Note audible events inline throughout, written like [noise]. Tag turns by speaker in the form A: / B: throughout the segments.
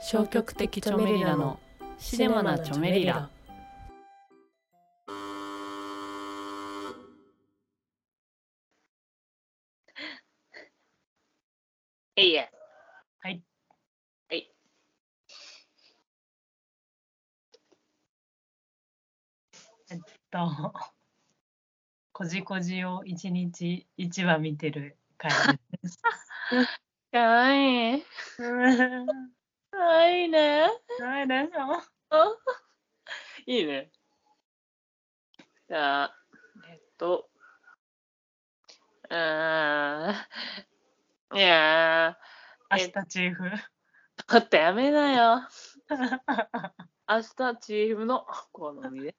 A: 消極的チョメリラのシネマなチョメリラ
B: えいえ。
A: はい。
B: はい。
A: とこじこじを一日一話見てる回です
B: かわいい。 [laughs]
A: うん
B: かわいいね。
A: ダメでしょ
B: あいいね。じゃあ、えっと。うーん。いや
A: 明
B: え
A: 日チーフ
B: ー、ちょっとやめなよ。明日チームの好みで。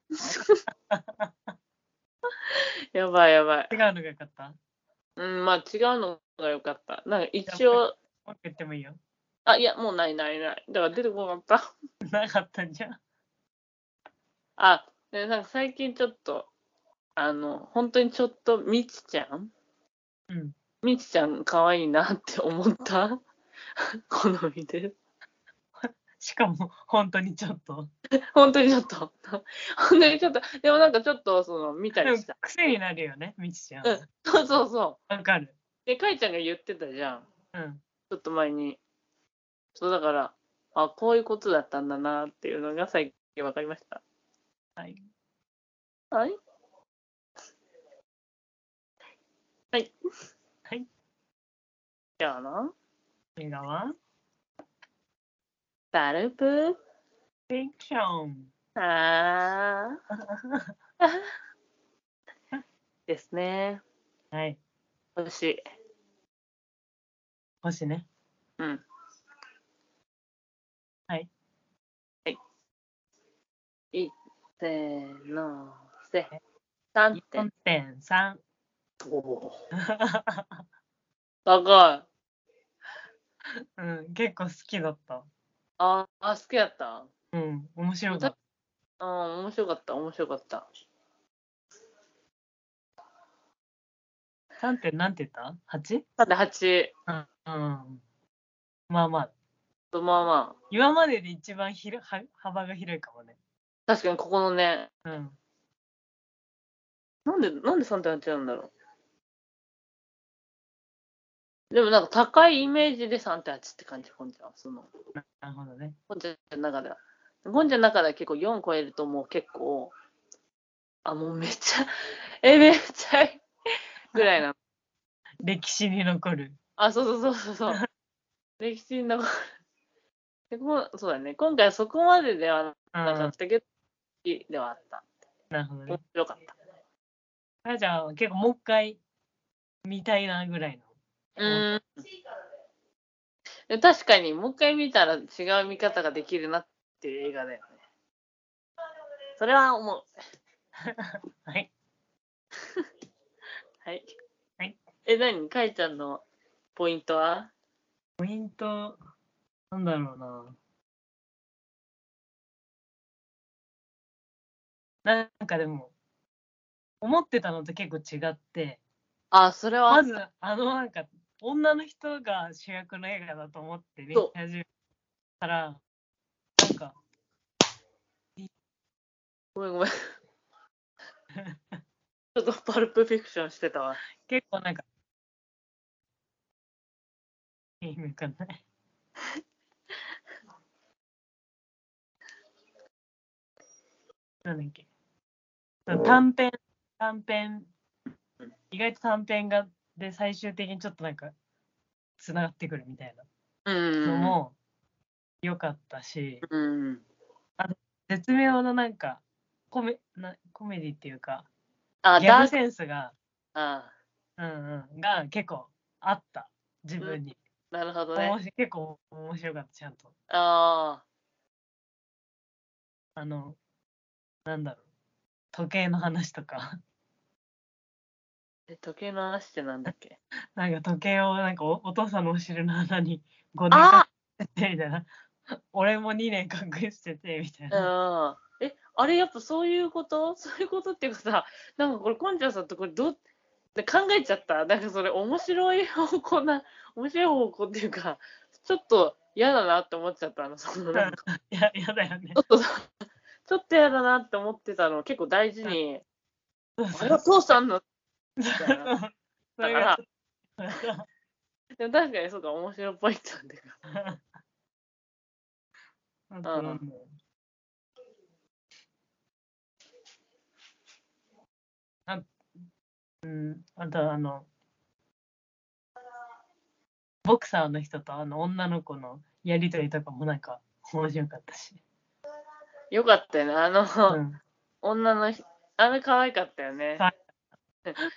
B: やばいやばい。
A: 違うのがよかった
B: うん、まあ違うのが良かった。なんか一応、
A: もう一回言ってもいいよ
B: あ、いや、もうないないない。だから出てこなかった。
A: なかったんじゃん
B: あ、でなんか最近ちょっと、あの、本当にちょっとみちちゃん
A: うん
B: みちちゃん可愛いなって思った [laughs] 好みで。
A: しかも本当にちょっと
B: 本当にちょっと、本当にちょっと、でもなんかちょっとその見た
A: で
B: り
A: も
B: した。
A: 癖になるよねみちちゃん
B: うんそうそうそ
A: わかる
B: う。で、かいちゃんが言ってたじゃん。
A: うん
B: ちょっと前に。そうだから、あ、こういうことだったんだなっていうのが最近分かりました。
A: はい
B: はい。はい。
A: はい。
B: じゃあな。
A: 映画は
B: バルブ
A: フィクション
B: あー。 [laughs] ですね。
A: はい
B: 欲しい。
A: 星ね
B: うん。
A: はい。
B: はい。い、せーの、せ。3点。
A: 4.3
B: 高い。
A: [laughs] うん結構好きだった
B: ああ、好きだった。
A: うん面白かっ
B: ああ、面白かった、面白かった。
A: た3点なんて言った ?8?
B: さて、8。
A: うん、うん、まあまあ
B: と、まあまあ、
A: 今までで一番ひろは幅が広いかもね
B: 確かにここのね、
A: うん
B: なんで、なんで3点なっちゃうんだろう。でもなんか高いイメージで3.8って感じ、ゴンちゃんは。その、
A: なるほどね
B: ゴンちゃんの中では。ゴンちゃんの中では結構4超えるともう結構、あ、もうめっちゃ、え、めっちゃいいぐらいな。
A: 歴史に残る
B: あ、そうそうそうそうそう。歴史に残る。でこうそうだね。今回はそこまででは
A: うん
B: なか
A: な
B: ったけど、好きではあった。
A: るほどね
B: 面白かった。
A: あやちゃんは結構もう一回見たいなぐらいの
B: うん。で確かに、もう一回見たら違う見方ができるなっていう映画だよね。それは思う。
A: はい
B: はい。
A: はい、
B: え、何かいちゃんのポイントは
A: ポイントなんだろうななんかでも思ってたのと結構違って
B: あ、それは、
A: まずあのなんか女の人が主役の映画だと思って見
B: そう
A: 始めたらなんか
B: ごめんごめん。 [laughs] ちょっとパルプフィクションしてたわ。
A: 結構なんか意味わかんないなんだっけ短編短編意外と短編がで最終的にちょっとなんかつながってくるみたい
B: うん
A: なのも良かったし、
B: うん。
A: 絶妙のなんかコメなコメディっていうか
B: あ、
A: ギャ
B: ダ
A: グ
B: ーク。
A: センスが、
B: あ
A: うんうん、が結構あった自分に、
B: なるほど
A: 面
B: ね。
A: 白い結構面白かったちゃんと
B: あ
A: あのなんだろう時計の話とか [laughs]
B: ーえ時計の話ってなんだっけ
A: なんか時計をなんかおお父さんのお尻の穴に5年
B: あ
A: 隠しててみたいな [laughs] 俺も2年隠しててみたいな、
B: あーえ、あれやっぱそういうこと [laughs] そういうことっていうかさ、なんかこれ、こんちゃんさんとこれどう、で考えちゃった。なんかそれ面白い方向な、面白い方向っていうか、ちょっと嫌だなって思っちゃったの、 [laughs] そのなんか。
A: い [laughs] や、やだよね
B: ちょ。っとさ、ちょっと嫌だなって思ってたのを結構大事に、あれは父さんの。みたいな
A: それがちょっと
B: でも確かにそうか、面白いポイントなんだけ
A: [laughs]
B: ど。
A: あとなんだろうあうん、あとあの、ボクサーの人とあの女の子のやりとりとかもなんか面白かったし。
B: よかったよね、あの、
A: うん、
B: 女の人、あれ可愛かったよね。
A: 可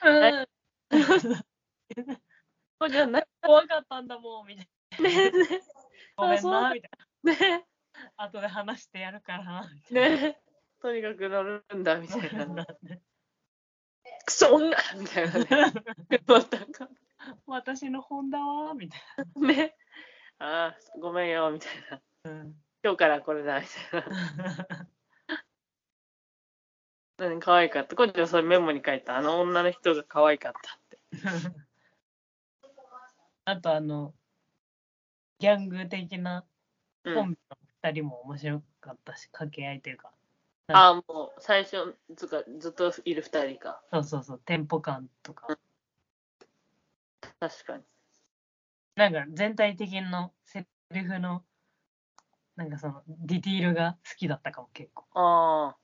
B: うんこれじゃない
A: 怖かったんだもん、みたい
B: ね [laughs]
A: な。ごめん
B: そうだ
A: な、みたい
B: ね
A: な。 [laughs] 後で話してやるから、みたいな。
B: ねとにかく乗るんだみた
A: そう
B: い
A: なん [laughs]
B: な。
A: だね
B: クソ女みたいなね。 [laughs] 思ったか
A: 私の本だわ、みたい
B: ね。ああ、ごめんよみたいな。
A: な。 [laughs] うん
B: 今日からこれだみたいな。うん、可愛かった。こっちはそれメモに書いた。あの女の人が可愛かったって。
A: [laughs] あとあの、ギャング的な
B: う
A: コ
B: ん、
A: ンビの二人も面白かったし、掛け合いというか、
B: ああ、もう最初ずかずっといる二人か。
A: そうそうそう、テンポ感とか、
B: 確かに。
A: なんか全体的のセリフの、なんかそのディティールが好きだったかも結構。
B: あ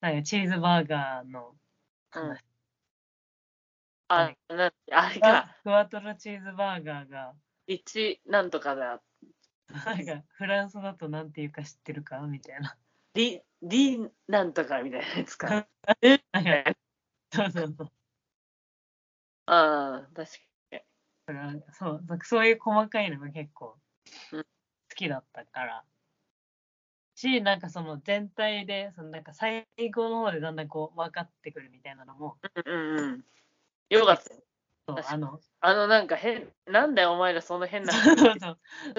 A: なんかチーズバーガーの
B: あ、うん
A: 話。
B: あ、なあれ
A: あ
B: か。
A: クワトロチーズバーガーが、
B: 一なんとかだ。
A: なんかフランスだとなんていうか知ってるかみたいな。
B: リ、リなんとかみたいなやつか。
A: なんかそうそうそう。
B: ああ、確かに。
A: そうなんかそういう細かいのが結構
B: うん
A: 好きだったから。し、なんかその全体で、そのなんか最後の方でだんだんこう分かってくるみたいなのも、
B: うんうんうん。よかったよ。
A: そう
B: 確か
A: あ
B: [laughs]
A: の、
B: あの、なんか変、なんだよ、お前ら、その変な。
A: そうそう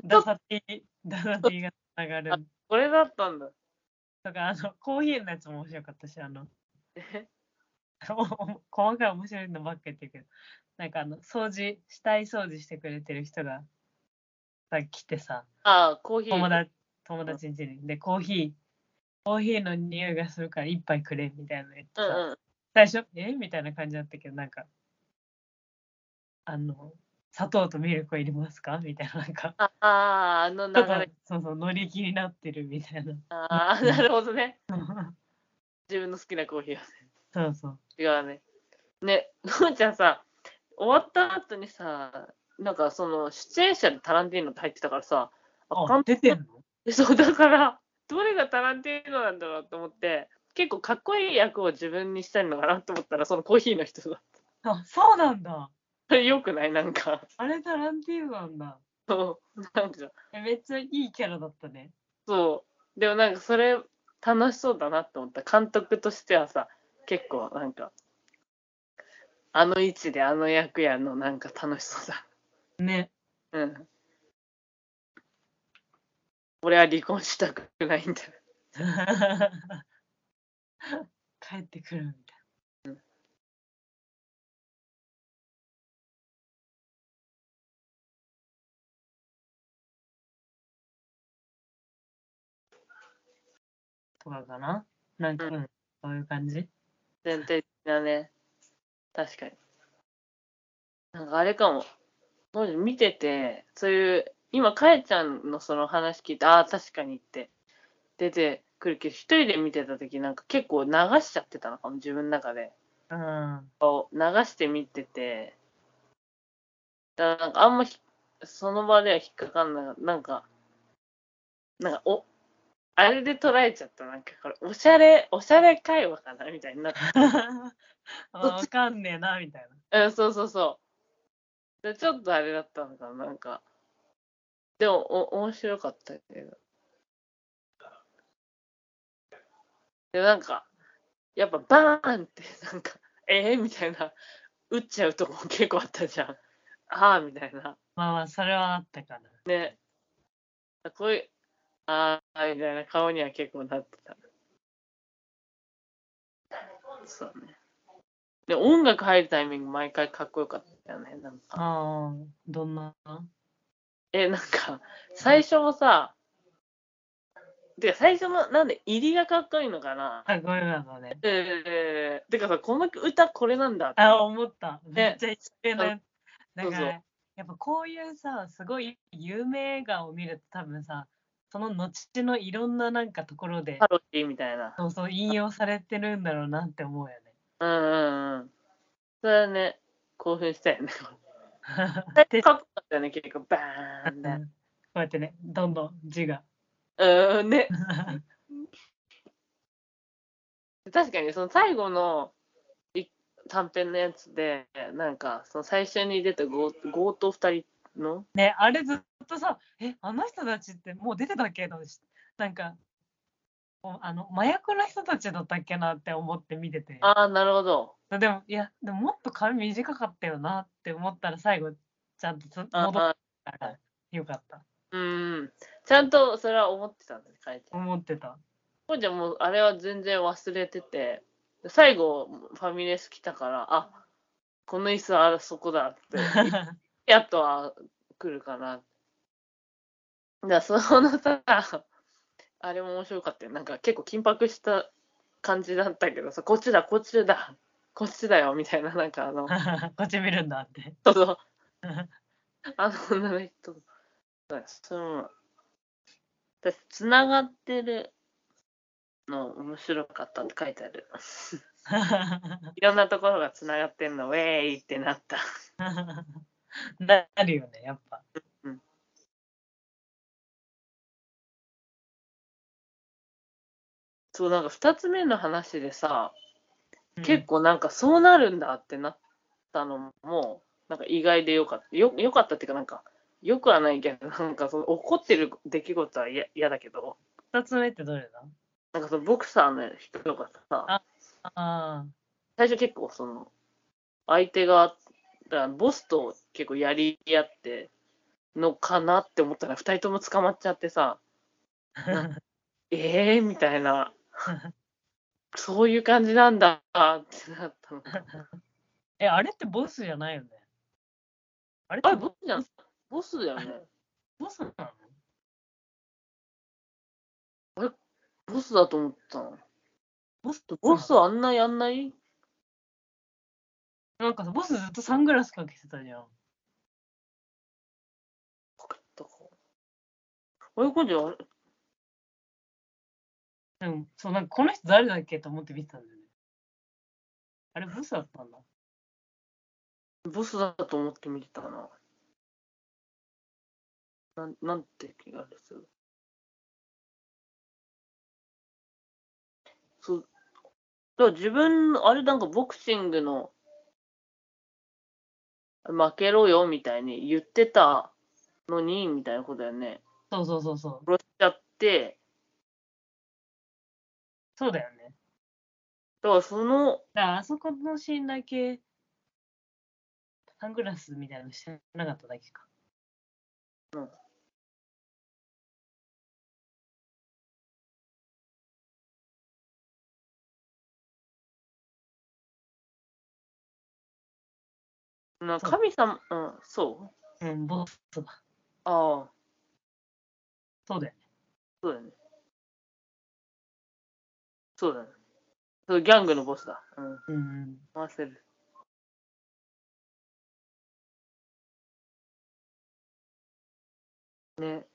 A: ダサティ、ダサティが上がる
B: これだったんだ。 [laughs]
A: とか、あの、コーヒーのやつも面白かったし、あの、 [laughs] 細かい面白いのばっか言ってるけど、なんかあの、掃除、死体掃除してくれてる人が、さ、来てさ、
B: ああ、コーヒー。
A: 友達友達ん家に。で、コーヒー、コーヒーの匂いがするから一杯くれみたいなの言って
B: う
A: さ、
B: んうん。
A: 最初、えみたいな感じだったけど、なんか、あの、砂糖とミルクはいりますかみたいな、なんか、
B: ああ、あの流
A: ちょっと
B: れ。
A: そうそう、乗り気になってるみたいな。
B: ああ、なるほどね。自分の好きなコーヒーは
A: [laughs] そうそう。
B: 違うね。ね、のんちゃんさ、終わった後にさ、なんかその出演者でタランティーノって入ってたからさ、あ
A: あ、出てんの
B: でそうだから、どれがタランティーノなんだろうと思って、結構かっこいい役を自分にしたいのかなと思ったら、そのコーヒーの人だ。
A: あ、そうなんだ。
B: そ [laughs] れよくないなんか。
A: あれタランティーノなんだ。
B: そうなんか、
A: えめっちゃいいキャラだったね。
B: そう。でもなんかそれ楽しそうだなって思った。監督としてはさ、結構なんか、あの位置であの役やんのなんか楽しそうだ。
A: ね。
B: うん。俺は離婚したくないんだ。
A: [laughs] 帰ってくるみたいな。とかかななんか、
B: うん
A: うん、そういう感じ
B: 全体的なね。確かに。なんかあれかも。当時見てて、そういう、今、かえちゃんのその話聞いて、ああ、確かにって出てくるけど、一人で見てた時なんか結構流しちゃってたのかも、自分の中で。
A: うん。 [laughs]
B: こう流して見てて、だからなんかあんまひその場では引っかかんない、なんか、なんか、お、あれで捉えちゃった、なんかこれ、おしゃれ、おしゃれ会話かなみたいになって
A: わかんねえな、みたい
B: うん、そうそうそう。でちょっとあれだったのかな、なんか。でも、お、面白かったけど。で、なんか、やっぱバーンって、なんか、えー、みたいな、打っちゃうとこ結構あったじゃん。ああ、みたいな。
A: な。まあまあ、それはあったかな。
B: ね。こういう、ああ、みたいな顔には結構なってた。そうね。で、音楽入るタイミング、毎回かっこよかったよね、なんか。
A: ああ、どんな
B: え、なんか、最初もさ、てか最初の、なんで、入りがかっこいいのかな
A: あ、ごめんなさいね。
B: えー、てかさ、この歌これなんだって。
A: [laughs] あ、思った。めっちゃ一定のやつ。だ
B: そう
A: から、やっぱこういうさ、すごい有名映画を見ると多分さ、その後のいろんななんかところで
B: ハ、ロディみたいな。
A: そうそう引用されてるんだろうなって思うよね。
B: うんうんうん。それはね、興奮したよね。
A: [laughs] で
B: かっこよかったよね、結構、バーン
A: うんこうやってね、どんどん字が。
B: で。うん、ね。確かにその最後のい短編のやつでなんかその最初に出た強強盗2人の
A: ね、あれずっとさ、え、あの人たちってもう出てたっけど、なんか、もうあの麻薬の人たちだったっけなって思って見てて。
B: ああなるほど
A: でも、いや、でももっと髪短かったよなって思ったら、最後、ちゃんとつ戻
B: あ
A: っ
B: ー
A: たから、よかった。
B: うんちゃんとそれは思ってたんだね書いて
A: 思って
B: [laughs]
A: た。
B: こうちゃんもうあれは全然忘れてて最後ファミレス来たからあこの椅子あそこだってやっとは来るかなだからそのさあれも面白かったよなんか結構緊迫した感じだったけどさこっちだこっちだこっちだよみたいななんかあの
A: こっち見るんだって。 [laughs]
B: そのあの女の人だその私つながってるの面白かったって書いてあるいろんなところがつながってんの、ウェーイってなった。
A: なるよね、やっぱ。
B: そう、なんか二つ目の話でさ、
A: うん
B: 結構なんかそうなるんだってなったのも、なんか意外でよかった。よ、よかったっていうかなんか、よくはないけど、なんかその怒ってる出来事は嫌嫌だけど、
A: 二つ目ってどれだ
B: なんかそのボクサーの人が
A: あ
B: さ、
A: あ
B: 最初結構その、相手が、だからボスと結構やり合ってのかなって思ったら、二人とも捕まっちゃってさ、
A: あ。
B: ええみたいな。
A: [laughs]
B: そういう感じなんだってなったの。
A: え、あれってボスじゃないよね。あれっ
B: あ
A: て
B: れ、ボスじゃん。ボスだよね。
A: ボスなの
B: ボスだと思ったの。
A: ボスと
B: ボスあんなやんない
A: なんかさ、ボスずっとサングラスかけてたじゃん。
B: かけたか。あれ、こじゃん、あれ
A: でも、そう、なんかこの人誰だっけと思って見てたんだよね。あれ、ボスだったんだ。
B: ボスだと思って見てたな。なん、なんて気がする。そう。だから自分の、あれなんかボクシングの、負けろよみたいに言ってたのに、みたいなことだよね。
A: そうそうそうそう。
B: 殺しちゃって、
A: そうだよね。
B: だからその、
A: だから、あそこのシーンだけ、サングラスみたいなのしてなかっただけか。
B: な
A: そう
B: 神様、うん、そう。
A: うん、ボスだ。
B: ああ、
A: そうだよね。
B: そうだね。そうだね。そう、ギャングのボスだ。うん。
A: うん。
B: 回せる。ね。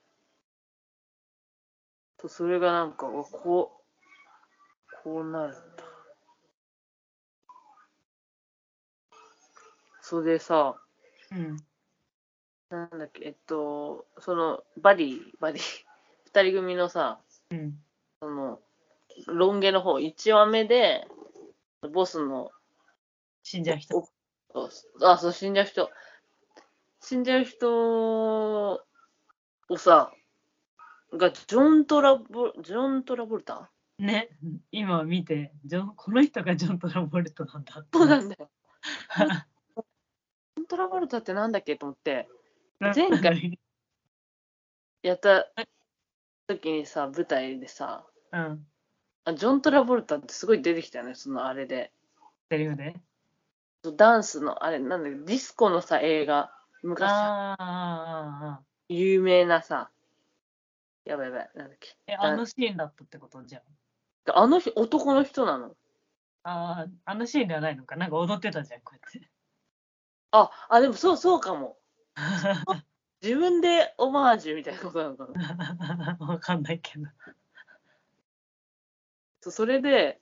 B: と、それがなんか、うわこう、こうなるんだ。それでさ、
A: うん。
B: なんだっけ、えっと、その、バディ、バディ、 [laughs] 二人組のさ、
A: うん。
B: その、ロン毛の方、1話目で、ボスの
A: 死んじゃう人。
B: そうあ、そう、死んじゃう人。死んじゃう人をさ、が、ジョン・トラボ、ジョン・トラボルタ
A: ね、今見て、ジョンこの人がジョン・トラボルトなんだって。
B: そうなん
A: [laughs]
B: だよ。ジョン・トラボルタってなんだっけと思って、前
A: 回。
B: やった時にさ、舞台でさ、
A: うん、
B: あジョン・トラボルタってすごい出てきたよね、そのあれで。
A: セリフで。
B: ダンスの、あれ、なんだっけディスコのさ、映画。昔、
A: ああ、ああ、ああ。
B: 有名なさ、やばいやばい、なんだっけ。
A: え、あのシーンだったってことじゃ
B: あの人、男の人なの。
A: あ。あーあのシーンではないのか。なんか踊ってたじゃん、こう
B: あ、あ、でもそう、そうかも。
A: やって。
B: 自分でオマージュみたいなことなのかな。
A: [laughs] わかんないけど。
B: そうそれで、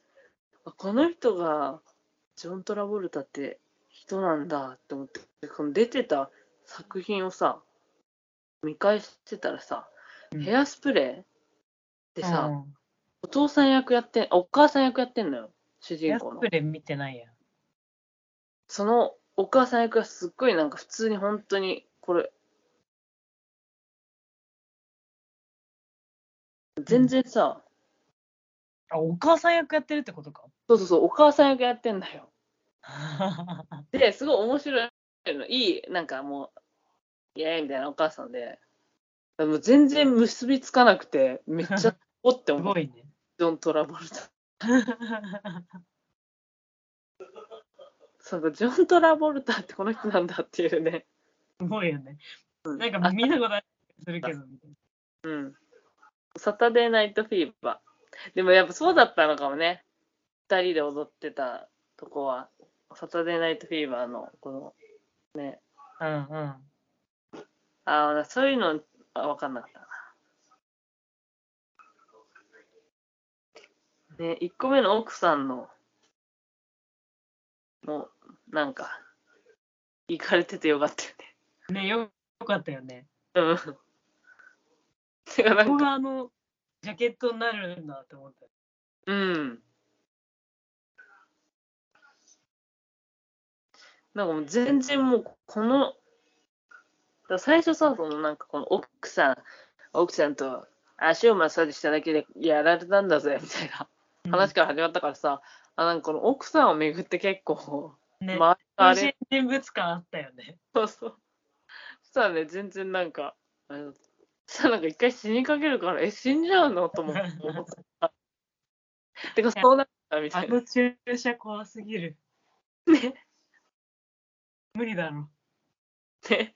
B: あこの人がジョン・トラボルタって人なんだって思って、この出てた作品をさ、見返してたらさ、
A: うん
B: ヘアスプレーでさ、
A: うん
B: お父さん役やってん、あお母さん役やってんのよ、主
A: ヘ
B: 人
A: アス
B: 公の
A: プ。レー見てないやん。
B: そのお母さん役がすっごいなんか普通に本当に、これ、全然さ、
A: あ、お母さん役やってるってことか。
B: そうそうそう、お母さん役やってんだよ。で、すごい面白いの、いい、なんかもう、イエーイみたいなお母さんで、でも全然結びつかなくて、めっちゃ、おって
A: [laughs] す
B: 思う
A: ご、いね。
B: ジョン・トラボルタ。そうジョン・トラボルタってこの人なんだっていうね。
A: すごいよね。
B: うん
A: なんか見たことある気がするけど、みたい
B: うん。サタデー・ナイト・フィーバー。でもやっぱそうだったのかもね。二人で踊ってたとこは、サタデー・ナイト・フィーバーの、この、ね、
A: な。うんうん。
B: ああ、そういうのは分かんなかったな。ね、1個目の奥さんの、もう、なんか、行かれててよかったよ
A: ねよよかったよね。
B: ね。うん。 [laughs] てかな
A: ここ
B: んか、
A: があの、ジャケットになるんだって思った。
B: うん。なんかもう全然もう、この、だから最初さ、そのなんかこの奥さん、奥さんと足をマッサージしただけでやられたんだぜ、みたいな。話から始まったからさ、あなんかこの奥さんを巡って結構、
A: うん、
B: 周
A: ね
B: り、があ
A: あ
B: れ、
A: 人物感あったよね。
B: そうそう。そしたらね、全然なんか、あのそしたらなんか一回死にかけるから、え、死んじゃうのとも思った。てか、そうなったみた
A: あ
B: いな。
A: の注射怖すぎる。
B: ね、
A: 無理だろ。
B: ね。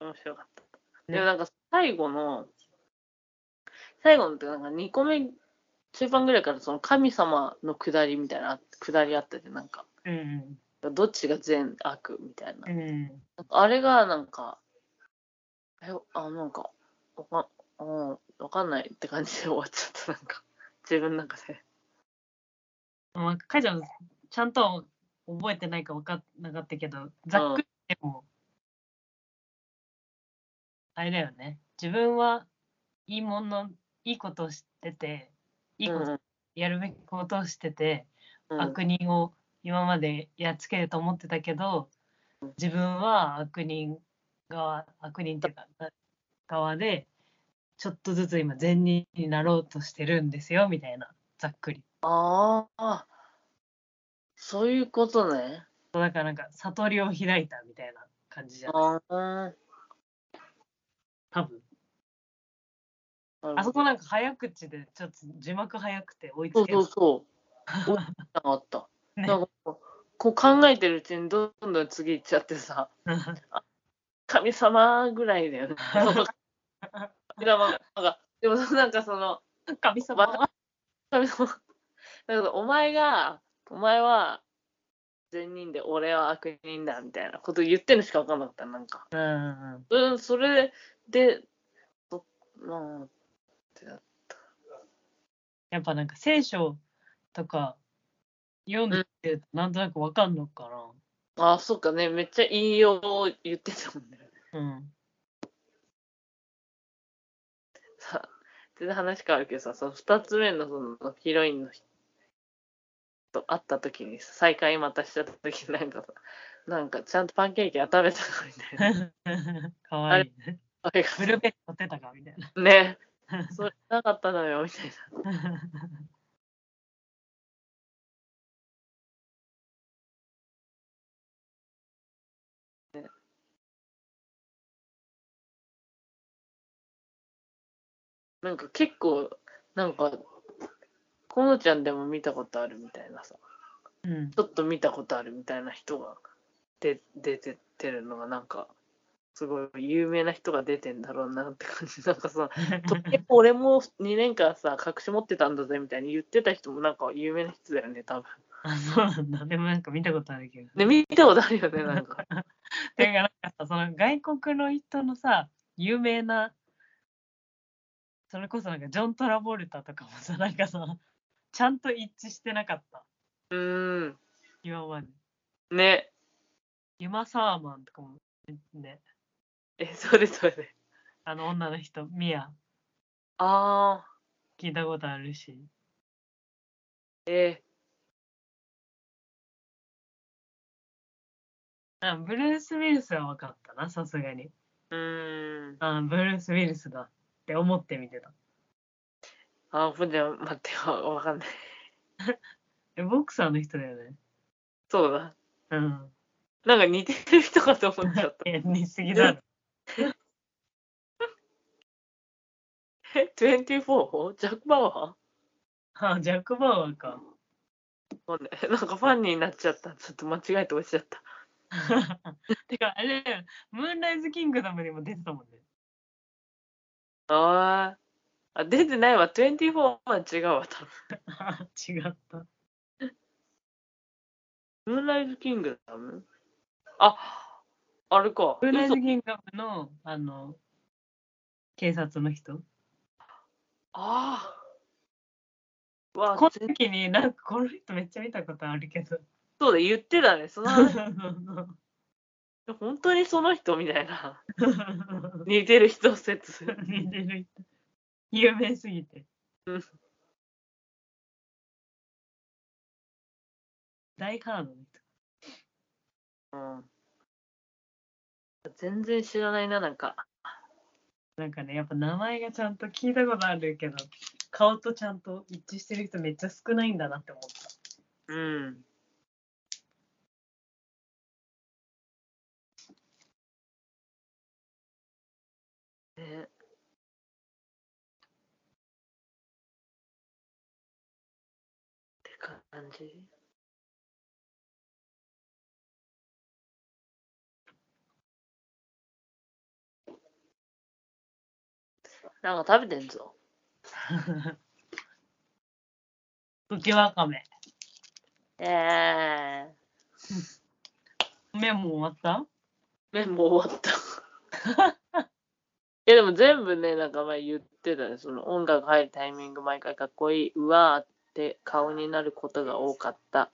B: 面白かった。でもなんか最後の、最後のってなんか2個目、中盤ぐらいからその神様の下りみたいな、下りあったじゃん、なんか、
A: うん
B: どっちが善悪みたいな。
A: うん。うん。
B: なんかあれがなんか、え、あ、なんか、わかん、うん、わかんないって感じで終わっちゃった、なんか、自分の中で。
A: まあ、かいちゃん、ちゃんとは覚えてないか分かんなかったけど、ざっくりでも、あれだよね。自分はいいもの、いいことをしてて、いいこと、
B: うん
A: やるべきことをしてて、
B: うん
A: 悪人を今までやっつけると思ってたけど、自分は悪人側、悪人っていうか、な側で、ちょっとずつ今、善人になろうとしてるんですよ、みたいな、ざっくり。
B: ああ、そういうことね。
A: そうだからなんか悟りを開いたみたいな感じじゃん
B: ああ、
A: 多分
B: なるほど
A: あそこなんか早口でちょっと字幕早くて追い
B: そ
A: つ
B: う
A: け
B: そうそう。落ちな
A: [laughs]
B: かった。なんかこうこう考えてるうちにどんどん次行っちゃってさ、
A: ない
B: 神様ぐら
A: [laughs]
B: いだよね。神様が、でもなんかその、
A: [laughs] 神様は
B: 神様、なんかお前が、お前は善人で俺は悪人だみたいなこと言ってるのしか分かんなかった、なんか。
A: うんうん
B: うん、それで、そまあ、ってな
A: やっぱなんか聖書とか読んでるとなんとなくわかんのか
B: あ、そっかね、めっちゃ引用を言ってたもんね。
A: なうん [laughs]
B: さ、全然話変わるけどさ、その二つ目のそのヒロインの人と会った時にさ、再会またした時になんかさ、なんかちゃんとパンケーキは食べたかみたいな。
A: かわいいね
B: あれ
A: [laughs] ブルーベリー乗ってたかみたいな [laughs]
B: がね、それなかったのよ、みたいな。なんか結構、なんか、河野ちゃんでも見たことあるみたいなさ、
A: うん。 [laughs]
B: ちょっと見たことあるみたいな人がで出てってるのがなんか、すごい有名な人が出てんだろうなって感じ。 [laughs] なんかさ、と結構俺も2年間さ、隠し持ってたんだぜみたいに言ってた人もなんか有名な人だよね、多分。
A: あ、そうなんだ。でもなんか見たことあるけど。
B: ね、見たことあるよね、なんか。
A: [laughs] てか、なんかさ、その外国の人のさ、有名な、それこそなんかジョン・トラボルタとかもさ、なんかさ、ちゃんと一致してなかった。
B: うーん。
A: 今まで。
B: ね。
A: ユマ・サーマンとかもね、
B: え、それそれ。
A: あの女の人、ミア、
B: ああ、
A: 聞いたことあるし。
B: え
A: あブルース・ウィルスは分かったな、さすがに。
B: ー、うーん。
A: あブルース・ウィルスだって思って見てた。
B: あ、ほんじゃ、待ってよ、わかんない。
A: え、ボクサーの人だよね。
B: そうだ。
A: うん。
B: なんか似てる人かと思っちゃった。
A: え、似すぎだろ。
B: え、24? ジャック・バウア
A: あ、ジャック・バウアーか。
B: ーわかんないなんかファンになっちゃった。ちょっと間違えて落ちちゃった。
A: [laughs] てか、あれだよ、ムーンライズ・キングダムにも出てたもんね。 [laughs]
B: あーあ、出てないわ。24は違うわ、多
A: 違った。
B: 分。ムーンライズ・キングダムあ、あれか。
A: ムーンライズ・
B: 嘘
A: キングダムの、あの、警察の人。
B: ああ。わあ、
A: この時に、なんかこの人めっちゃ見たことあるけど。 [laughs]
B: そうだ、言ってたね。その話、本当にその人みたいな。似てる人説。
A: 似てる人。有名すぎて
B: うん。
A: 大ハードの人。
B: うん。全然知らないな、なんか。
A: なんかね、やっぱ名前がちゃんと聞いたことあるけど、顔とちゃんと一致してる人めっちゃ少ないんだなって思っ
B: うん。ね、って感じなんか食べてんぞ。
A: た。茎わかめ。
B: ええ
A: 麺も終わった
B: [laughs] 麺も終わった。い [laughs] やでも全部ね、なんか前言ってたね、その音楽入るタイミング毎回かっこいい、うわーって顔になることが多かった。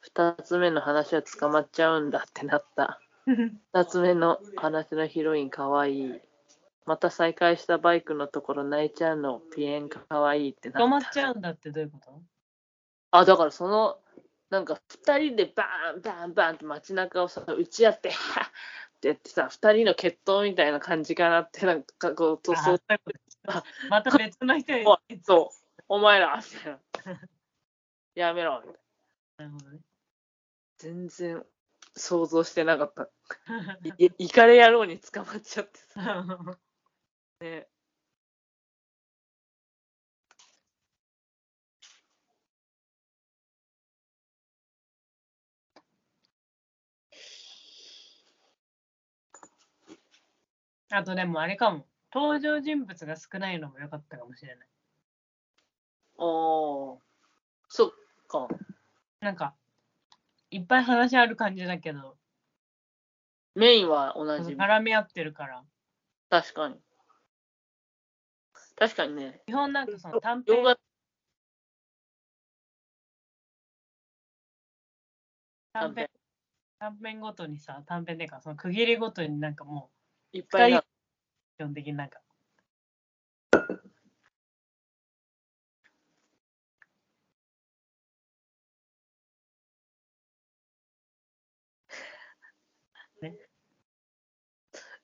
B: 二つ目の話は捕まっちゃうんだってなった。二つ目の話のヒロインかわいい。また再会したバイクのところ泣いちゃうの、ピエンかわいいってなった。
A: 捕まっちゃうんだってどういうこ
B: あ、だからその、なんか2人でバーンバーンバーンって街中をさ、打ち合って、はっってやってさ、2人の決闘みたいな感じかなって、なんかこう、
A: と
B: 塗装、
A: あそういうことまた別の人に。
B: そう、お前ら、みたいな。
A: [laughs]
B: やめろ、みたいな。
A: なるほどね。
B: 全然想像してなかった。
A: [laughs]
B: い、イカれ野郎に捕まっちゃってさ、
A: [laughs]
B: ね。
A: あとでもあれかも。登場人物が少ないのも良かったかもしれない。
B: おー、そっか。
A: なんか、いっぱい話ある感じだけど、
B: メインは同じ。
A: 絡み合ってるから。
B: 確かに。確かにね。
A: 基本なんかその短
B: 洋
A: 編
B: 画
A: 短編短編ごとにさ、短編でか、その区切りごとになんかも
B: いっ
A: う、
B: ぱい
A: 二
B: な
A: 人、基本的になんか、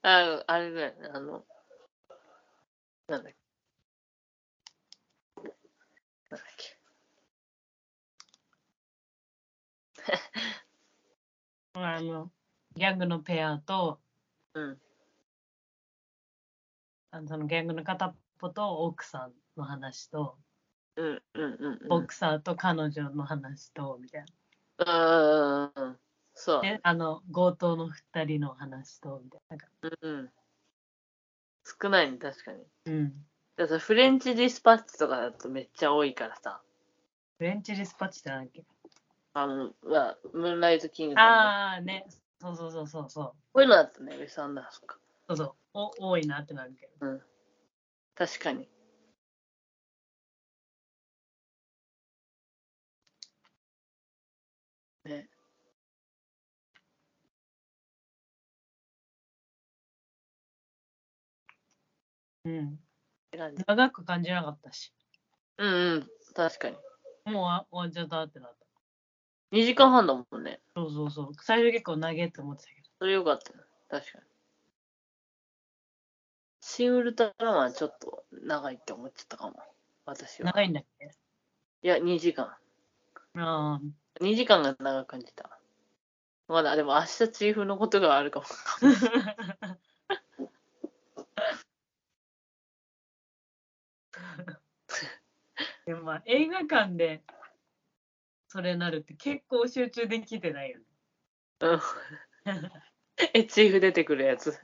B: ああれだよね、あの、なんだっけ。なんだっけ。
A: あの、ギャングのペアと、
B: うん。
A: あのそのギャングの片っぽと奥さんの話と、
B: うんうんうんうん。
A: ボクサーと彼女の話と、みたいな。
B: うんうんうんうん。そう。
A: で、あの、強盗の二人の話と、みたいな。なんか
B: うん。少ないね、確かに。
A: うん。
B: だからさフレンチディスパッチとかだとめっちゃ多いからさ。
A: フレンチディスパッチってなんだっけ
B: あの、まあ、ムーンライトキングダム
A: ああ、ね。そうそうそうそうそう。
B: こういうのだったね、ウェス・アンダーソンか。
A: そうそう。お多いなってなるけど。
B: うん。確かに。ね。
A: うん。
B: って感じ
A: 長く感じなかったし。
B: うんうん、確かに。
A: もうあ終わっちゃったってなった。
B: 2時間半だもんね。
A: そうそうそう。最初結構長げって思ってたけど。
B: それよかったね。確かに。シン・ウルトラマンちょっと長いって思っちゃったかも。私は。
A: 長いんだっけ
B: いや、2時間。
A: ああ。
B: 2時間が長く感じた。まだ、でも明日チーフのことがあるかも。
A: でもまあ映画館でそれなるって結構集中できてないよね。
B: うん。え、チーフ出てくる
A: [laughs]
B: やつ。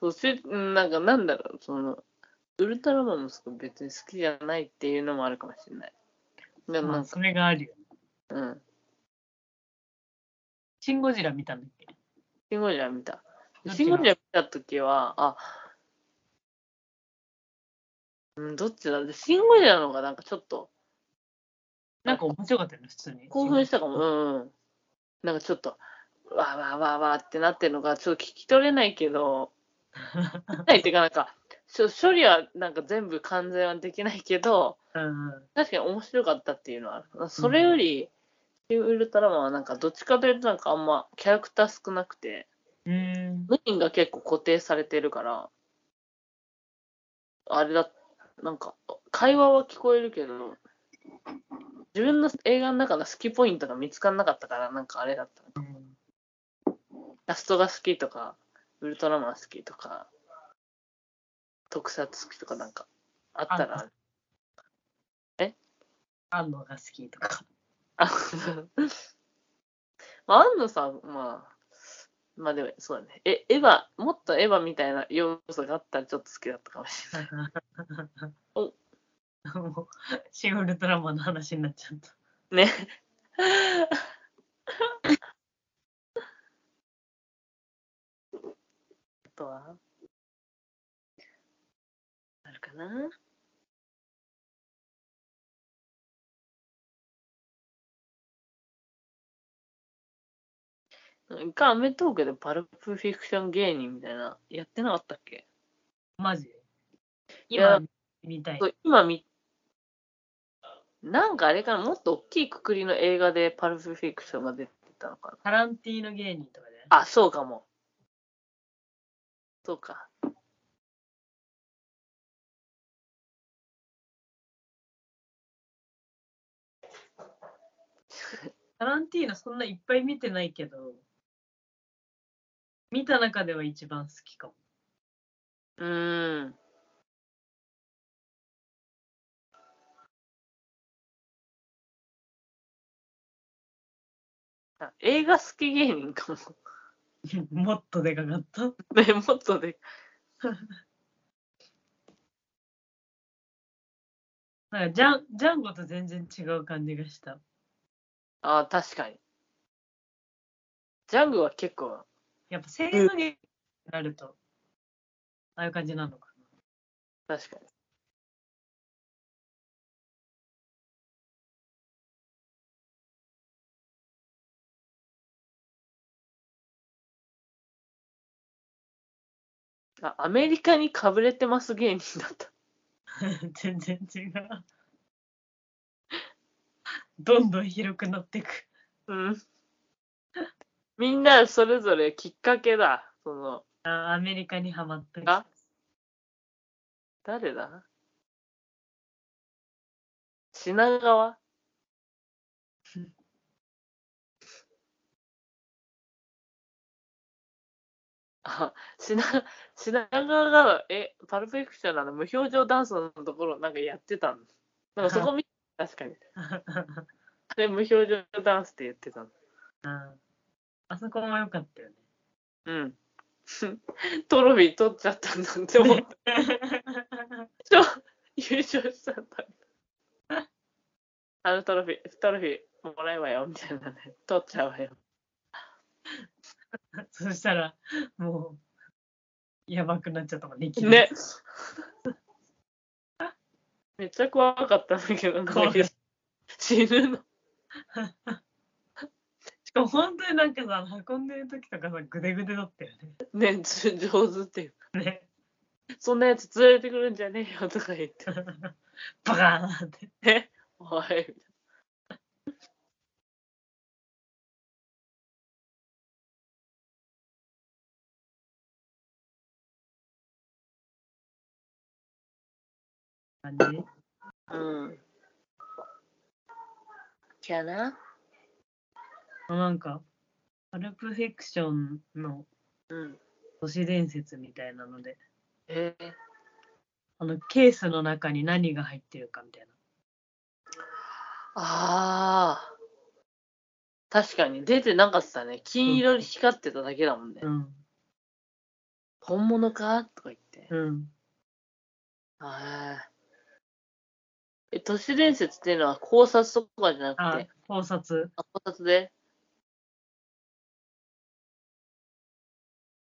B: 途中、うんなんかなんだろう、その、ウルトラマンもすごい別に好きじゃないっていうのもあるかもしれない。でも
A: ま
B: な
A: あ
B: んか、
A: それがあるよね。
B: うん。
A: シン・ゴジラ見たんだっけ
B: シンゴジラ見た。
A: どっちが
B: シンゴジラ見たときは、あ、うん、どっちだでシンゴジラの方がなんかちょっと
A: なんか面白かったよね、普通に。
B: 興奮したかも。うん、うん。なんかちょっと、わーわーわーわーってなってるのがちょっと聞き取れないけど、ないっていうかなんか、しょ処理はなんか全部完全はできないけど、
A: うんうん。
B: 確かに面白かったっていうのはある。それより、シンウルトラマンはなんかどっちかというとなんかあんまキャラクター少なくて、
A: うーん。
B: ムインが結構固定されてるから、あれだ、なんか会話は聞こえるけど、自分の映画の中の好きポイントが見つからなかったから、なんかあれだった。
A: うん
B: ラストが好きとか、ウルトラマン好きとか、特撮好きとかなんかあったら、
A: 安野が好きとか。
B: あ [laughs] まあ、安野さん、まあ、まあでも、そうだね。え、エヴァ、もっとエヴァみたいな要素があったらちょっと好きだったかもしれない。
A: もう、シン・ウルトラマンの話になっちゃった。
B: ね。 [laughs] あとはあるかな一回アメトークでパルプフィクション芸人みたいな、やってなかったっけ
A: マジ
B: いや
A: 今見たい
B: そ。う今見、なんかあれかな、もっと大きいくくりの映画でパルプフィクションが出てたのかな。
A: タランティーノ芸人とかね。
B: あ、そうかも。そうか。
A: タランティーノそんないっぱい見てないけど、見た中では一番好きかも。 [laughs]
B: うーん。あ映画好き芸人かも。 [laughs]
A: もっとでかかった。
B: ね、もっとで。
A: なんかジャンジャンゴと全然違う感じがした。
B: ああ、確かに。ジャングは結構、
A: やっぱ声優の芸人になると、ああいう感じなのか [laughs]
B: 確かに。あ、アメリカにかぶれてます芸人だった。
A: な。全然違う。 [laughs] どんどん広くなっていく。
B: うん。みんなそれぞれきっかけだ。その、
A: あアメリカにハマった。 [laughs]
B: あ誰だ品川 [laughs] あ、品、品川が、え、パルプフィクションなの無表情ダンスのところなんかやってたの。なんかそこ見確かに。あれ無表情ダンスって言ってたの。
A: うんあそこも良かったよね。
B: うん。 [laughs] トロフィー取っちゃったんだって
A: [laughs]
B: 思って、ちょ優勝しちゃった。あのトロフィー、トロフィーもらえばよ、みたいなね。取っちゃうわよ。
A: そしたら、もう、やばくなっちゃったもんね。いきなり
B: ね。めっちゃ怖かったんだけど、
A: 怖かっ
B: 死ぬの。
A: しかも本当になんかさ、運んでる時とかさ、ぐでぐでだったよ
B: ね、じ上手っていう。
A: ね。 [laughs] ね。
B: そんなやつ連れてくるんじゃねえよとか言って。
A: バカーンって。
B: ね。おい、みたい
A: 感じ
B: な。うん。キャな
A: なんか、パルプフィクションの
B: うん。
A: 都市伝説みたいなので、
B: えー
A: あの、ケースの中に何が入ってるかみたい
B: ああ。確かに出てなかったね。金色に光ってただけだもんね。
A: な。うん。
B: 本物かとか言って。
A: うん。
B: ああ。え、都市伝説っていうのは考察とかじゃなく
A: あ
B: て、、
A: 考察。
B: あ考察で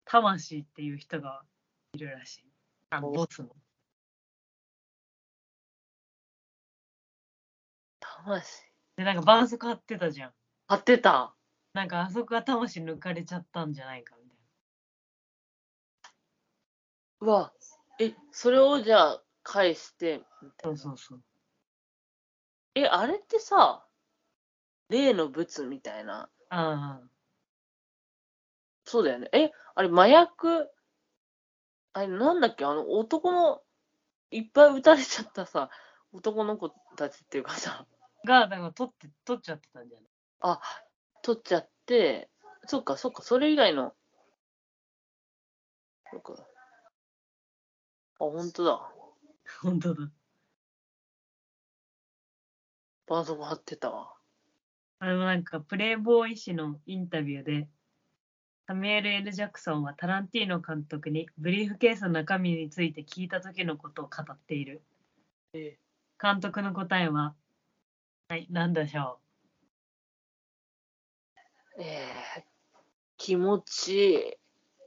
A: 魂っていう人がいるらしい。あの、
B: お
A: ボスの。
B: 魂。
A: で、なんか、絆創膏貼ってたじゃん。
B: 貼ってた。
A: なんか、あそこが魂抜かれちゃったんじゃないかみたいう
B: わ。え、それをじゃあ返して、
A: な。そうそうそう。
B: え、あれってさ、例の仏みたいな。
A: あ
B: そうだよね。え、あれ麻薬、あれなんだっけ、あの男の、いっぱい撃たれちゃったさ、男の子たちっていうかさ、
A: あ。が、だから、取って、取っちゃってたんじゃない
B: あ、取っちゃって、そっかそっか、それ以外の、そっか。あ、ほんとだ。
A: 本当だ。
B: 絆創膏貼ってたわ。
A: あれもなんか、プレイボーイ氏のインタビューで、サミュエル・ L ・ジャクソンはタランティーノ監督にブリーフケースの中身について聞いた時のことを語っている。
B: え
A: 監督の答えは、はい、なんでしょ
B: えー気持ちいい。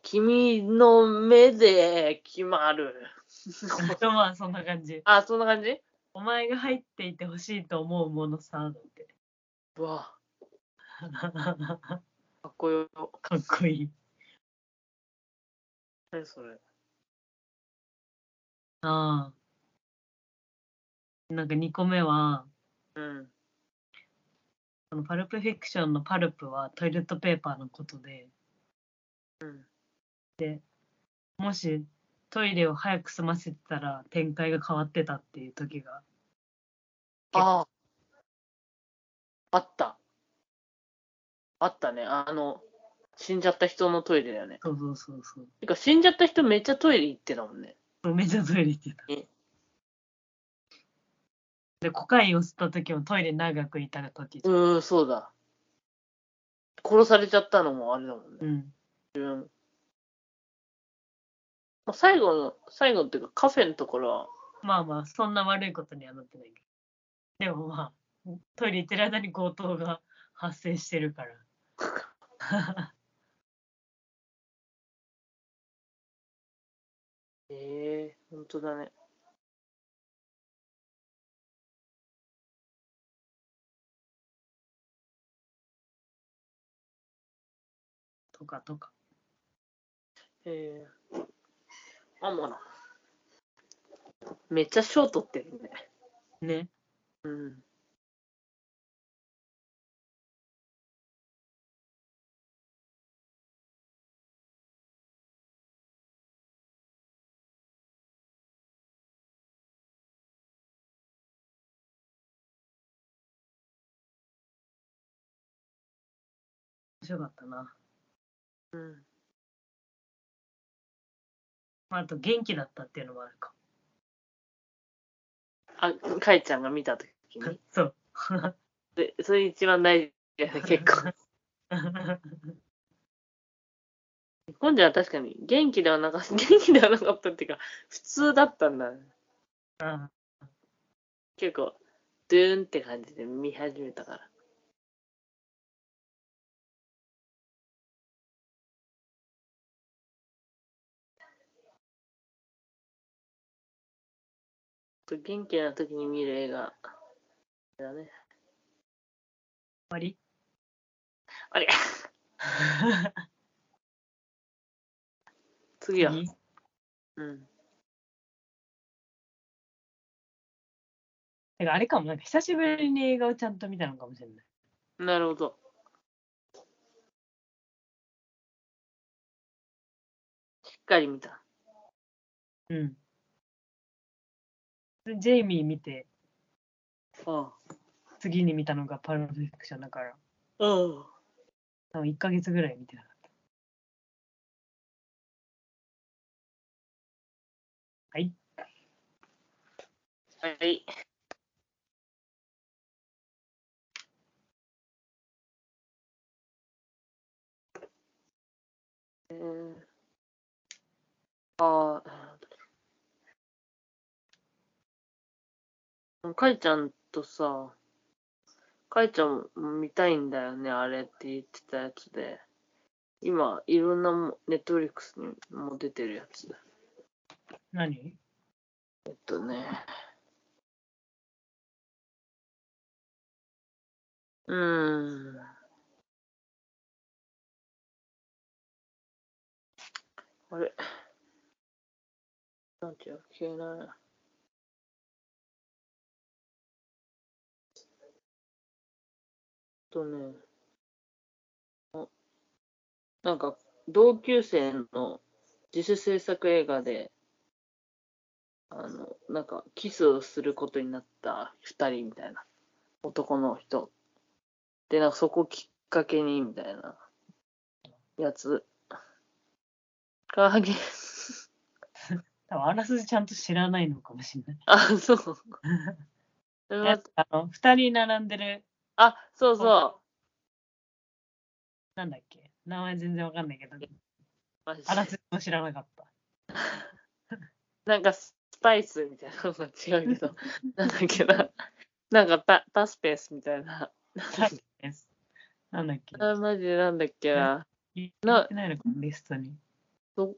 B: 君の目で決まる。 [laughs]
A: [laughs] う。とまあ、そんな感じ。
B: あ、そんな感じ
A: お前が入っていてほしいと思うものさ、だって。
B: うわ、
A: [laughs] か
B: かっこよ。
A: っこいい。
B: 何それ。
A: ああ。なんか2個目は、
B: うん。
A: そのパルプフィクションのパルプはトイレットペーパーのことで、
B: うん。
A: もしトイレを早く済ませてたら展開が変わってたっていう時が、
B: ああ。あった。あったね。あの、死んじゃった人のトイレだよね。
A: そうそうそうそう。
B: てか、死んじゃった人めっちゃトイレ行ってたもんね。
A: そうめっちゃトイレ行ってた
B: え。
A: で、コカインを吸った時もトイレ長くいた時、
B: うーん、そうだ。殺されちゃったのもあれだもんね。
A: うん。
B: 自分。まあ最後の、最後っていうかカフェのところは、
A: まあまあ、そんな悪いことにはなってないけど。でもまあ、トイレ行ってる間に強盗が発生してるから。
B: ええー、ほんとだね。
A: とかとか。
B: えー、あもな。めっちゃ賞取ってるね。
A: ね。
B: うん。
A: 面白かったな。
B: うん。
A: まあ、あと元気だったっていうのもあるか。
B: あ、かいちゃんが見たときに。
A: [laughs] そう。
B: で、それ一番大事だ [laughs] よね、結婚。結婚じゃ確かに、元気ではなかった、元気ではなかったっていうか、普通だったんだね。
A: うん
B: 結構、ドゥーンって感じで見始めたから。元気な時に見る映画だね。
A: 終わり [laughs]
B: あれ次は。
A: 次
B: うん。
A: てかあれかも、なんか久しぶりに映画をちゃんと見たのかもしれない。
B: なるほど。しっかり見た。
A: うん。でジェイミー見て、
B: あ
A: 次に見たのがパルプフィクションだから、
B: あ。うん。
A: 多分1ヶ月ぐらい見てなかった。はい。
B: はい。えー、ああ。かいちゃんとさ、かいちゃんも見たいんだよね、あれって言ってたやつで。今、いろんなも、ネットフリックスにも出てるやつだ。
A: 何
B: えっとね。うーん。あれなんていうの消えない。えっとね。あなんか、同級生の自主制作映画で、あの、なんか、キスをすることになった二人みたいな、男の人。で、なんかそこきっかけに、みたいな、やつ。カーゲン、
A: 多分あらすじちゃんと知らないのかもしれない。
B: [laughs] あ、
A: [laughs]
B: そう。そ
A: な
B: れ
A: ん
B: は
A: かあの、二人並んでる、
B: あ、そうそう。
A: なんだっけ名前全然わかんないけど、
B: マジ
A: [laughs]
B: で
A: あらすじも知らなかった。
B: なんか、スパイスみたいなの [laughs] が違う
A: [laughs]
B: けど、なんだっけな。なんかパ、パスペースみたいな。
A: [laughs] ですなんだっけ
B: あ、マジでなんだっけな。
A: 聞い
B: な
A: てないのかも、リストに。
B: そ、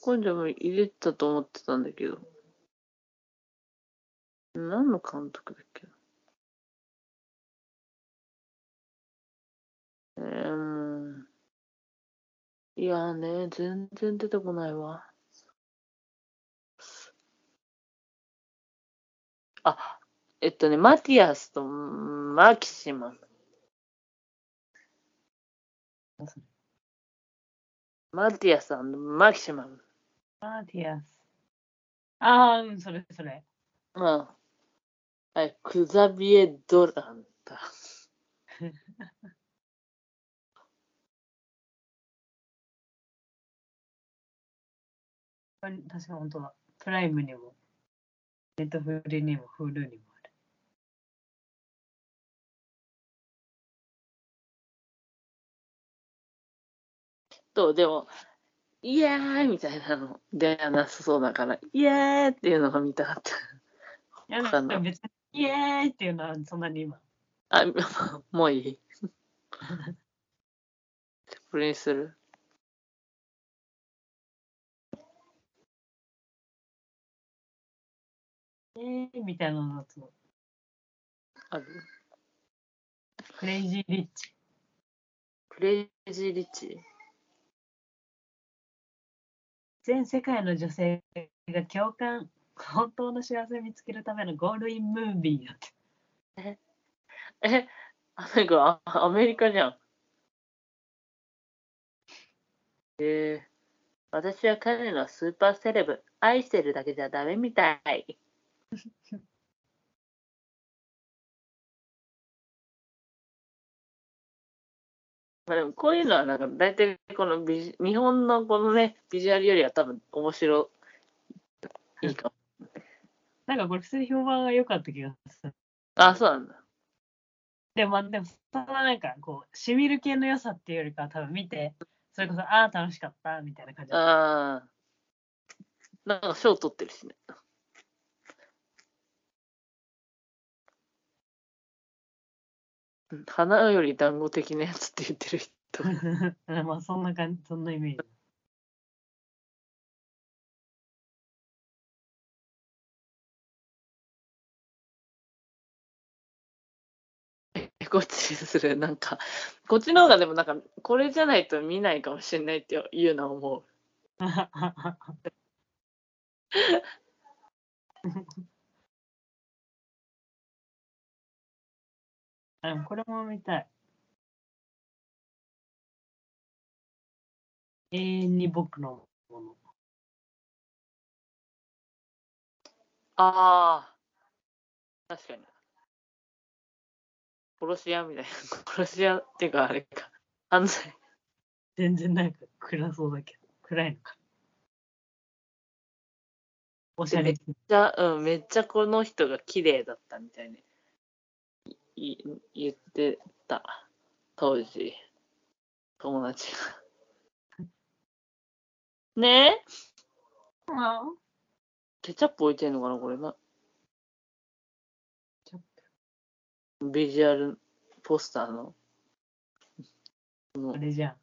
B: 今度も入れてたと思ってたんだけど。何の監督だっけえー、もういやーね、全然出てこないわ。あ、えっとね、マティアスとマキシマン。マティアスマキシマン。
A: マーティアス。ああ、うん、それそれ。
B: うん。はい、クザビエ・ドランだ。
A: これ確か本当だ。プライムにも、ネットフリにも、フルにもある。
B: と、でも、イエーイみたいなのではなさそうだから、イエーイっていうのが見たかった。
A: いや、
B: わ
A: な
B: か
A: んん
B: ない
A: か別に、イエーイっていうのはそんなに今。
B: あ、もういい。これにする
A: イエーイみたいなのだと、
B: ある
A: クレイジーリッチ。
B: クレイジー・リッチ。
A: 全世界の女性が共感、本当の幸せを見つけるためのゴールインムービーだって。
B: え、あ、なんか、あアメリカじゃん。えー、私は彼のスーパーセレブ。愛してるだけじゃダメみたい。 [laughs] まあでもこういうのはなんか大体このビジ日本のこのね、ビジュアルよりは多分面白いいかも。
A: なんかこれ普通に評判が良かった気がする。
B: あ、そうなんだ。
A: でも、まあでも、そんななんかこう、しみる系の良さっていうよりかは多分見て、それこそ、ああ、楽しかった、みたいな感じだった。
B: ああ。なんか賞取ってるしね。うん花より団子的なやつって言ってる人。
A: うんまあそんな感じ、そんなイメージ。 [laughs]
B: えこっちする。なんか、こっちの方がでもなんか、これじゃないと見ないかもしれないっていうのは思う。
A: あこれも見たい。永遠に僕のもの。
B: ああ。確かに。殺し屋みたいな。 [laughs] 殺し屋っていうか、あれか。犯罪。
A: 全然なんか暗そうだけど、暗いのか。おしゃれ。
B: めっちゃ、うん、めっちゃこの人が綺麗だったみたいにいい言ってた、当時、友達が。 [laughs] ねえケチャップ置いてんのかな、これな。
A: ケチャッ
B: ビジュアルポスターの。 [laughs]
A: あれじゃん。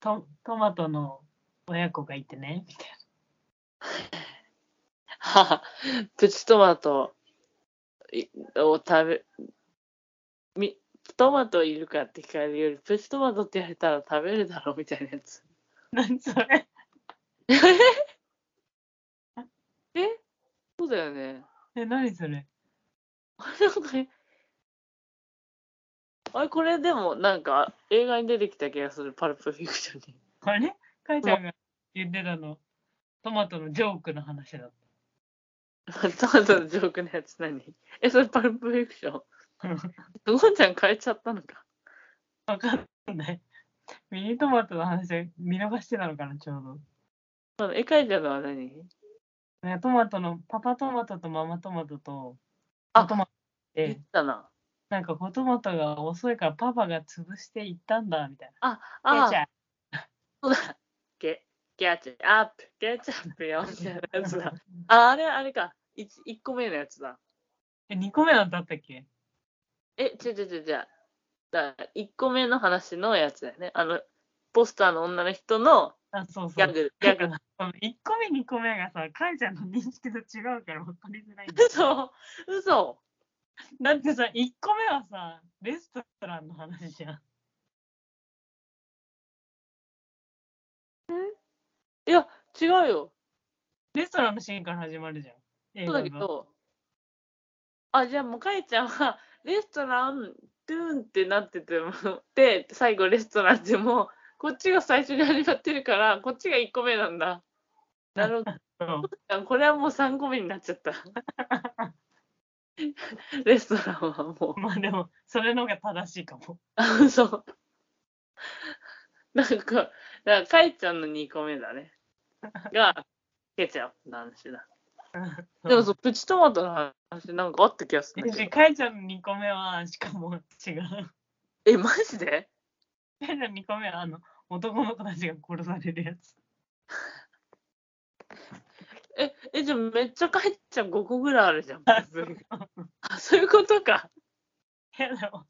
A: トトマトの親子がいてね、みたい
B: はは [laughs] プチトマトいを食べ、み、トマトいるかって聞かれるより、プチトマトって言われたら食べるだろうみたいなやつ。
A: な。何それ
B: えそうだよね。
A: [laughs] え、何それ
B: あれなんかね、あれこれでもなんか映画に出てきた気がする、パルプフィクションに。
A: あれかいちゃんが言ってたの、トマトのジョークの話だっ
B: [laughs] トマトのジョークのやつ何え、それパルプフィクション
A: た。 [laughs]
B: ゴンちゃん変えちゃったのか。
A: わかんない。ミニトマトの話見逃してたのかな、ちょう
B: まだ絵描いちゃうのは何
A: ど。ねトマトの、パパトマトとママトマトと、
B: あ
A: 子トマト
B: 言っ
A: で
B: て、たな。
A: なんか子トマトが遅いからパパが潰していったんだ、みたい
B: あ、
A: な。
B: あ、
A: ケチャ
B: ゲ、ゲッチアップ、ゲッチアップよ、みたいなやつだ。 [laughs] あ、あれ、あれか。1, 一個目のやつだ。
A: [laughs] え、2個目なんだったっけ
B: え、違う違う違う違う。だから、1個目の話のやつだよね。あの、ポスターの女の人の
A: あ、そうそ
B: ギ
A: う。
B: ャグ、ギャグ [laughs] の。
A: 1個目、2個目がさ、かいちゃんの認識と違うから分かりづらいんだよ。
B: 嘘嘘
A: だってさ、1個目はさ、レストランの話じゃん。
B: いや、違うよ。
A: レストランのシーンから始まるじゃん。映
B: そう
A: 画
B: だ
A: が
B: けど。あ、じゃあもう、かえちゃんは、 [laughs] レストラン、ドゥーンってなってても、で、最後レストランでも、こっちが最初に始まってるから、こっちが1個目なん [laughs] だ。なるほど。
A: そう
B: あこれはもう3個目になっちゃった。 [laughs] レストランはもう。
A: まあでも、それの方が正しいか [laughs] も。
B: あ、そう。なんか、だから、かいちゃんの2個目だね。が、ケチャップの話だ。でもそう、プチトマトの話、なんかあった気がするんだけ
A: で、
B: ど。
A: かいちゃんの2個目は、しかも違う。か
B: え、マジで
A: いちゃんの2個目は、あの、男の子たちが殺されるやつ。
B: え、え、じゃあめっちゃかいちゃん5個ぐらいあるじゃん。あ、そういうことか。
A: いや、でも、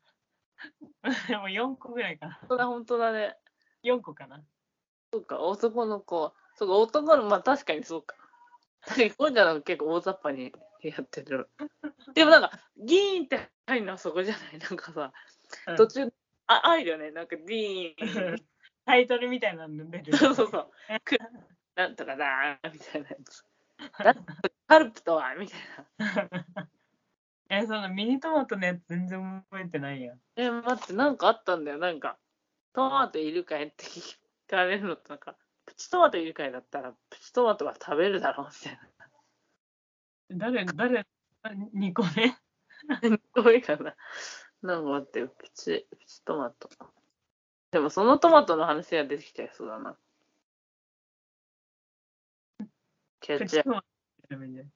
A: でも4個ぐらいかな。
B: 本当だ、本当だね。
A: 4個かな。
B: そうか、男の子。そうか、男の、まあ確かにそうか。確かに、ゴンちゃんなんか結構大雑把にやっ
A: [laughs]
B: てる。でもなんか、ギーンって入るのはそこじゃないなんかさ
A: うん、
B: 途中、あ、あるよね。なんか、ディーン。
A: [laughs] タイトルみたいなの出る。
B: そうそ
A: [laughs]
B: うそう。くなんとかだー、みたいなやつ。なんとかカルプとは、みたいな。
A: え、そのミニトマトのやつ全然覚えてないやん。
B: え、待って、なんかあったんだよ。なんか、トマトいるかいって聞かれるのと、なんか、プチトマトいるかいだったら、プチトマトは食べるだろう、みたいな。
A: 誰、誰、2個目
B: すごいかな。なんか待ってよ、プチ、プチトマト。でもそのトマトの話が出てきちゃいそうだな。ケチャップ。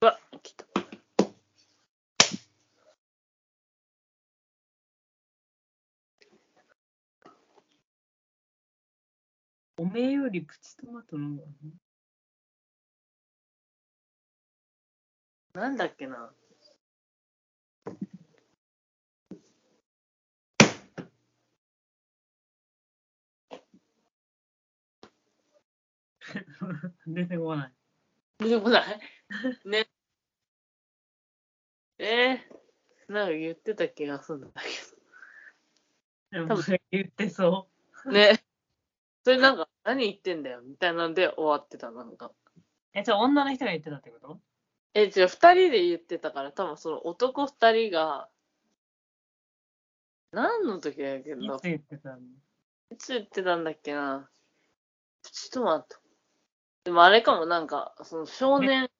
B: うわ、来た。
A: おめえよりプチトマトの方がね
B: なんだっけな。
A: 出てこない。
B: 出てこない [laughs] ね。えー、なんか言ってた気がするんだけ
A: でも
B: 多分
A: 言ってそ
B: ど。ね。それなんか、何言ってんだよ、みたいなんで終わってた、なんか。
A: う。え、じゃあ女の人が言ってたってこと
B: え、違う、二人で言ってたから、多分その男二人が、何の時だっけ
A: い
B: な
A: つ、言ってたの
B: いつ言ってたんだっけな。プチトマト。でもあれかも、なんか、その少年、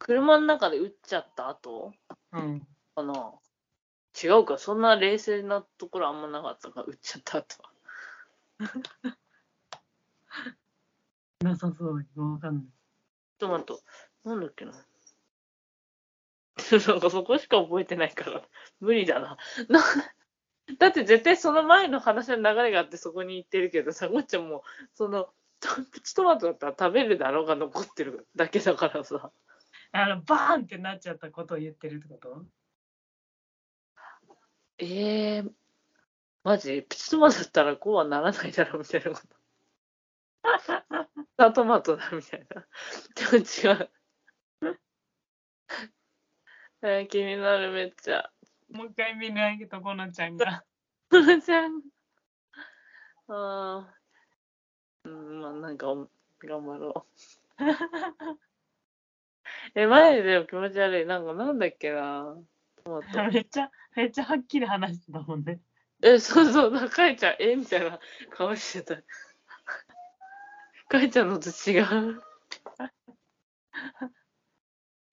B: 車の中で撃っちゃった後
A: うん。
B: かな。違うか、そんな冷静なところあんまなかったから、撃っちゃった後は。
A: なさそうだけど、わかんない。
B: トマト、なんだっけな。 [laughs] なんかそこしか覚えてないから、無理だな。なだって絶対その前の話の流れがあってそこに行ってるけどさ、ごっちゃんもう、その、とプチトマトだったら食べるだろうが残ってるだけだからさ。
A: あの、バーンってなっちゃったことを言ってるってこと
B: ええー、マジプチトマトだったらこうはならないだろうみたいなこと。ザ [laughs] トマトだみたいな。でも違う。 [laughs] えー気になるめっちゃ。
A: もう一回見ないけど、このちゃんが。 [laughs]
B: トラちゃん。 [laughs] ああ。うん、まあ、なんかお、頑張ろう。え、前でも気持ち悪い。なんか、なんだっけな。トマト
A: めっちゃ、めっちゃはっきり話してたもんね。
B: え、そうそう、なんかかえちゃん、えみたいな顔してた。かえちゃんのと違う。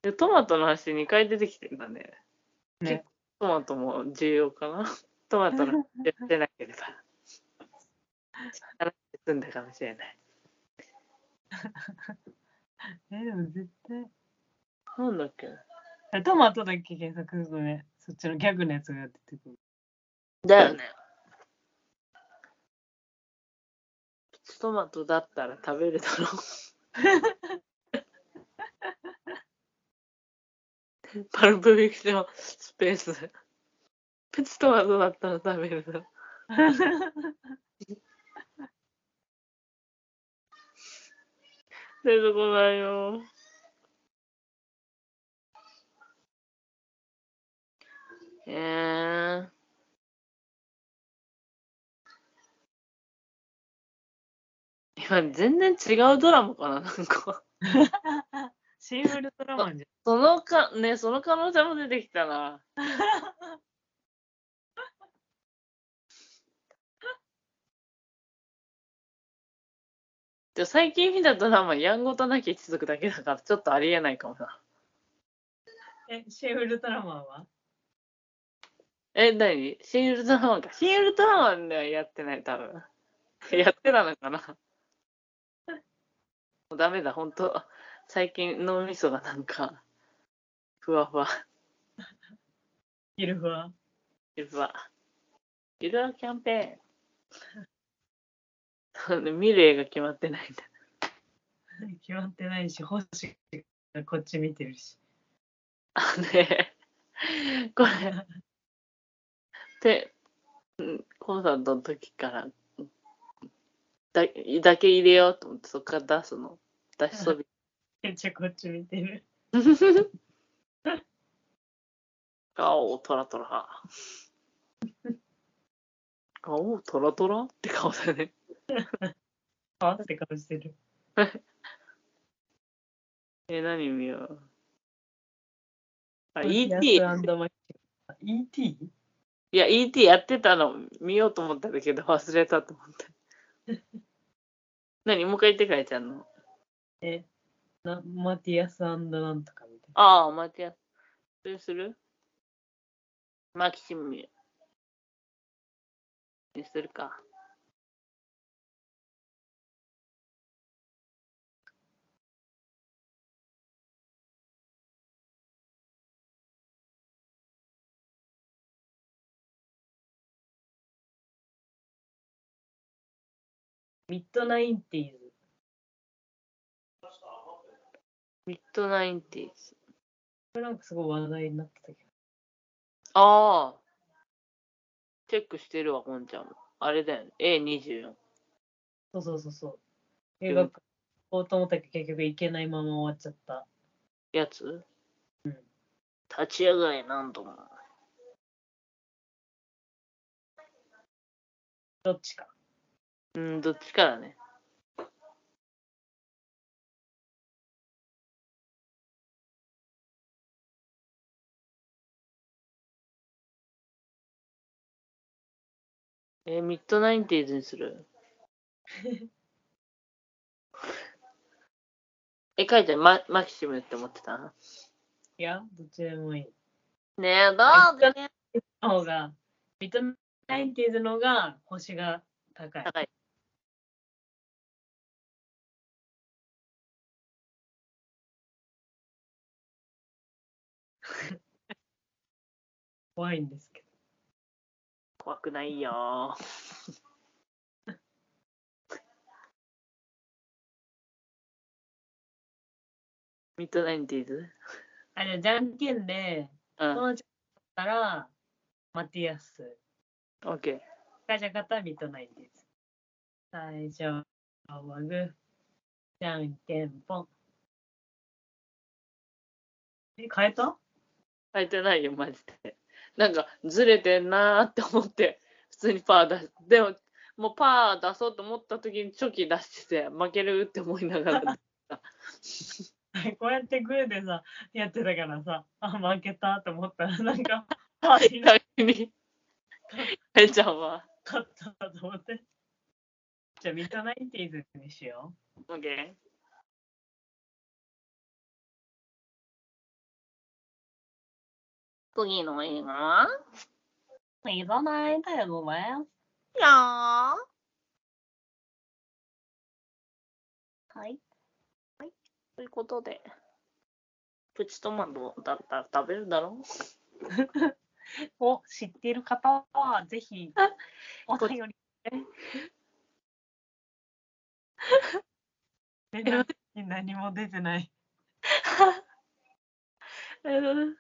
B: えトマトの話2回出てきてんだね。
A: ね。
B: トマトも重要かな。トマトのやってなければ。話済んだかもしれない。
A: え、でも絶対。
B: なんだっけ
A: トマトだっけ検索するとね、そっちのギャグのやつが出てくる。
B: だよね。プチトマトだったら食べるだろう。パルプフィクションスペース。プチトマトだったら食べるだろう。出てこないよ。えー。今全然違うドラマかな、なんか。
A: シーウルトラマンじ
B: そのか、ね、その可能性も出てきた [laughs] な。でも最近見たドラマ、やんごとなき一族だけだから、ちょっとありえないかもな。
A: ゃん。え、シーウルトラマンは
B: え、なにシン・ウルトラマンか。シン・ウルトラマンではやってない、多分。 [laughs] やってたのかな。 [laughs] もうダメだ、ほんと。最近脳みそがなんか、ふわふわ。
A: ギルフは
B: ゆるふわ。ゆるふわキャンペーン。そうね、見る映画決まってないんだ。
A: 決まってないし、星がこっち見てるし。
B: あのね、これ、で、うんコンサートの時から、うんだだけ入れようと思って、そっから出すの。出しそび。
A: めっちゃこっち見てる。
B: 顔をトラトラ。顔をトラトラって顔だね。
A: あって顔してる。
B: え、何見よう。あ、
A: ヤ
B: E.T.
A: スアンドマッキー ET?
B: いや、E.T. やってたの見ようと思ったんだけど、忘れたと思って。何もう一回言ってかいちゃんの。
A: え、なマティアスアンドなんとかみたい
B: ああ、待ってや。それするマキシムにするか。
A: ミッドナインティーズ。
B: ミッドナインティーズ。
A: これなんかすごい話題になってたけ
B: ああ。チェックしてるわ、こんちゃんも。あれだよね。A24。
A: ど。そうそうそうそう。映画館行こうと思ったけど結局行けないまま終わっちゃった。
B: やつ
A: うん
B: 立ち上がれ、何度も。
A: どっちか。
B: うん、どっちからね。えーミッドナインティーズにす [laughs] るえ、書いてママキシムって思ってた
A: いや、どっちでもいい。
B: ねえ、どうかね
A: の方が、ミッドナインティーズの方が星が高い。
B: 高い。
A: [laughs] 怖いんですけど。
B: 怖くないよー。ミッドナインティーズ
A: あ、じゃあ、じゃんけんで、
B: う
A: こ
B: ん。
A: のちゃんだったら、マティアス。
B: オッケー。
A: ガチャガタミッドナインティーズ。最初はグー。じゃんけんぽん。え、変えた [laughs]
B: 書いてないよ、マジで。なんか、ずれてんなーって思って、普通にパー出し、でも、もうパー出そうと思った時にチョキ出してて、負けるって思いながら。
A: こうやってグーでさ、やってたからさ、あ、負けたと思ったら、なんか、 [laughs] パーになっ
B: 逆に、かえちゃんは、
A: かったと思って。じゃあ、ミッドナインティーズにしよ
B: オッケー。次の映画は
A: う。ミッドナインティーズです。
B: や
A: はい。
B: ということで、プチトマトだったら食べるだろう
A: を知っている方は、ぜひ、お便りで。連絡に何も出てない。
B: えー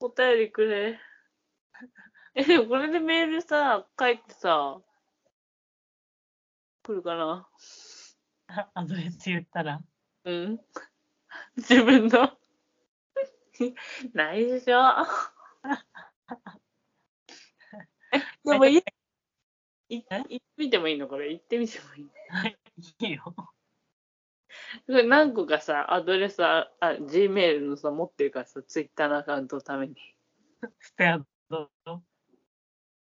B: お便りくれ。 [laughs] え、でもこれでメールさ、書いてさ、来るかな
A: アドレス言ったら。
B: うん。自分のないでしょ。えでもいい、い
A: え
B: 行ってみてもいいのこれ、行ってみてもいい。
A: いいよ。
B: これ何個かさ、アドレスあ、あ Gmail のさ、持ってるからさ、Twitter のアカウントのために。
A: スペアド。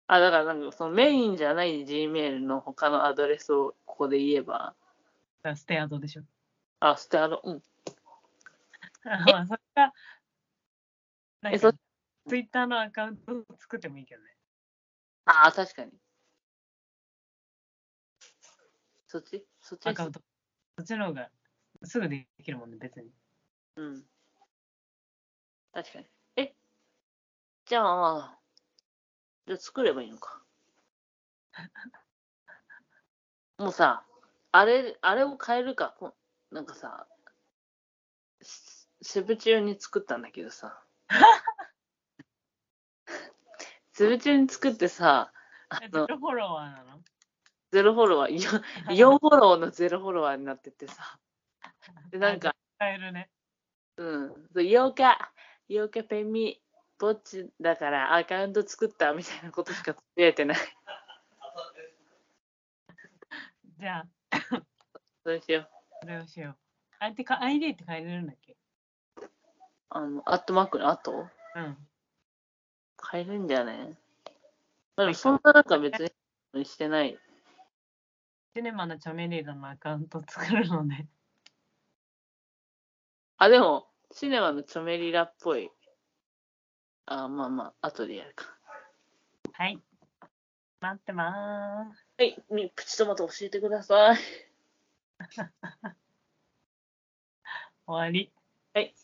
B: あ、だからなんかそのメインじゃない Gmail の他のアドレスをここで言えば、
A: スペアドでしょ。
B: あ、スターの、うん。
A: まあ、それか、なん
B: えそ
A: か、ツイッターのアカウントを作ってもいいけどね。
B: あ、確かに。そっちそっち
A: アカウント。そっちの方が、すぐできるもんね、別に。
B: うん。確かに。え、じゃあ、じゃあ作ればいいのか。 [laughs] もうさ、あれ、あれを変えるか。こなんかさ、しセブ中に作ったんだけどさ。セブ中に作ってさ、あ
A: えゼ
B: の、
A: ロフォロワーなの
B: ゼロフォロワー、4, 4フォローのゼロフォロワーになっててさ。で、なんか、
A: 変えるね。
B: うん。そう8日、8日ペンミ、ぼっちだからアカウント作ったみたいなことしかつぶやいてない。 [laughs]
A: じゃあ、
B: どうしよう。
A: それをしよう。あれってか、ID って変えれるんだっけ
B: あの、アットマークの後
A: うん。
B: 変えるんだよね。でもそんな中別にしてない。
A: シネマのチョメリーダのアカウント作るので、
B: あ、でも、シネマのチョメリラっぽい。あ、まあまあ、後でやるか。
A: はい。待ってまーす。
B: はい、みプチトマト教えてください。
A: 終わり。
B: はい。